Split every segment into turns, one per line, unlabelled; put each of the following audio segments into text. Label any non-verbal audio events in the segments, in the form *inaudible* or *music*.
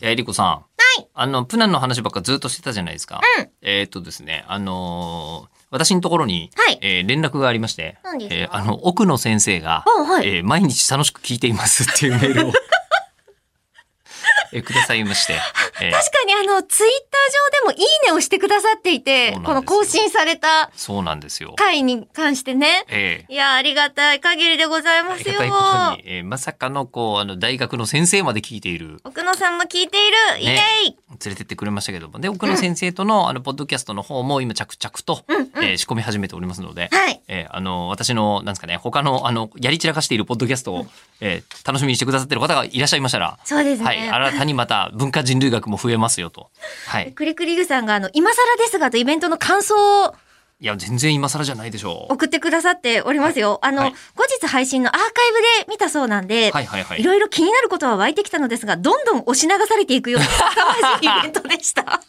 いや、えりこさん。はい。あの、プナンの話ばっかずっとしてたじゃないですか。
うん。
えーっとですね、あのー私のところに、
はい
えー連絡がありまして、
何ですか
えーあの、奥野先生が、
あはい
えー毎日楽しく聞いていますっていうメールを、 *laughs* えーくださいまして、えー
確かにあの、ツイッター上でもいいねをしてくださっていて、
そう
こ
なんで
の
すよ
更新された
そうなんですよ。
回に関してね。
えー
いや、ありがたい限りでございま
あり
す
が
よ
た。いことに、えーまさかの、こう、あの、大学の先生まで聞いている、
奥野さんも聞いている。イ
ね
エイ
連れてってくれましたけども、で、奥野先生との、あの、ポッドキャストの方も今着々と、
うんうん。
えー仕込み始めておりますので、
はい。
えーあの、私の、なんですかね、他の、あの、やり散らかしているポッドキャストを、えー楽しみにしてくださってる方がいらっしゃいましたら、
そうですね。
はい、新たにまた文化人類学も増えますよと。はい。
クリクリグさんがあの、今更ですがとイベントの感想を
いや、全然今更じゃないでしょう。
送ってくださっておりますよ。あの、
はい
後日配信のアーカイブで見たそうなんで、
はいいはいはい。
ろいろ気になることは湧いてきたのですが、どんどん押し流されていくような騒がしいイベントでした。なん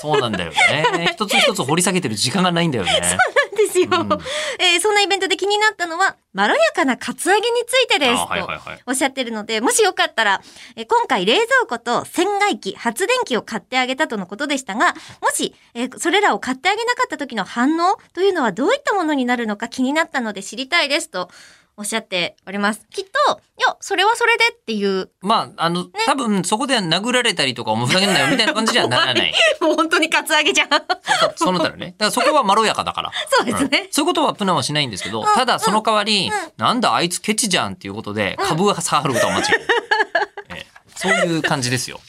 そうなんだよね。一つ一つ掘り下げてる時間がないんだよね。
ですよ、
うん
えーそんなイベントで気になったのは、まろやかなカツアゲについてです。
あはいはいはい
とおっしゃってるので、もしよかったら、えー今回冷蔵庫と洗外機、発電機を買ってあげたとのことでしたが、もし、えーそれらを買ってあげなかった時の反応というのはどういったものになるのか気になったので知りたいですとおっしゃっております。きっと、いや、それはそれでっていう、 *laughs*
まあ、あの、多分そこで殴られたりとか、お前ふざけんなよみたいな感じじゃならない。 *laughs*
もう本当にカツアゲじゃん。 *laughs*
そうなったらね。だからそこはまろやかだから。
そうですね
んそういうことはプナンはしないんですけど、ただその代わり、なんだあいつケチじゃんっていうことで、株が下がることは間違いない。 *laughs* ええそういう感じですよ。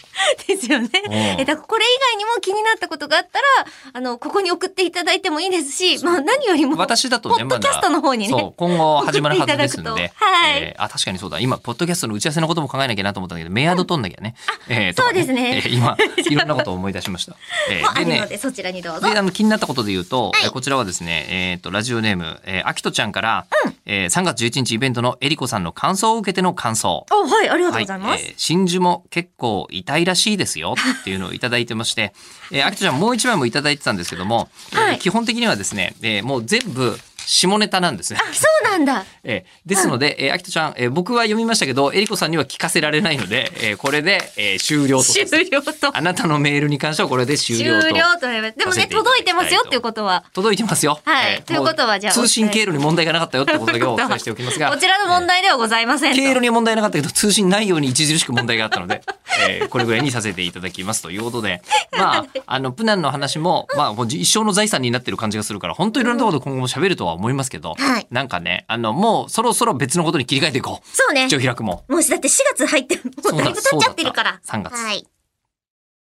ですよね。
ん
え、だからこれ以外にも気になったことがあったら、あの、ここに送っていただいてもいいですし、まあ何よりも、
私だと
ポッドキャストの方にね
そう、今後始まるはずですの
送って
で
い。ただくと *laughs* はい
えーあ、確かにそうだ。今、ポッドキャストの打ち合わせのことも考えなきゃなと思ったんだけど、メアド取んなきゃね。えーとか
そうですね
えー
*laughs*
今、いろんなことを思い出しました。え
も
ー
あるので、そちらにどうぞ。
であの気になったことで言うと、えこちらはですね、えっとラジオネーム、えー、あきとちゃんから、えー3月11日イベントのえりこさんの感想を受けての感想。
お、はい、ありがとうございます。
えー真珠も結構痛いらしいです
*laughs*
よっていうのをいただいてまして、えー、あきとちゃんもう一枚もいただいてたんですけども、
は
えー
い
基本的にはですね、えーもう全部下ネタなんですね。
あ、そうなんだ。
えーですので、えー、あきとちゃん、えー僕は読みましたけど、えりこさんには聞かせられないので、えーこれで、えー終了と。
終了と。
あなたのメールに関してはこれで終
終
了と。
了となります。でも
させていただき
ね、
たいと
届いてますよっていうことは。
届いてますよ。
はい
ー
ということは
も
じゃあ
通信経路に問題がなかったよってことだけをお
ということは
伝えしておき
*laughs*
ますが。
こちらの問題ではございませ
え
ん
ー
と。
経路には問題なかったけど、通信内容に著しく問題があったので、 *laughs* えーこれぐらいにさせていただきますということで、まあ、あの、プナンの話も、まあ、もう一生の財産になってる感じがするから、本当いろんなところで今後も喋るとは思いますけど、
はい
なんかね、あの、もうそろそろ別のことに切り替えていこう。
そうね
口。を開くも。
もうだって4月入って、もうだいぶ経っちゃってるから。
そうだそうだった3月
はい。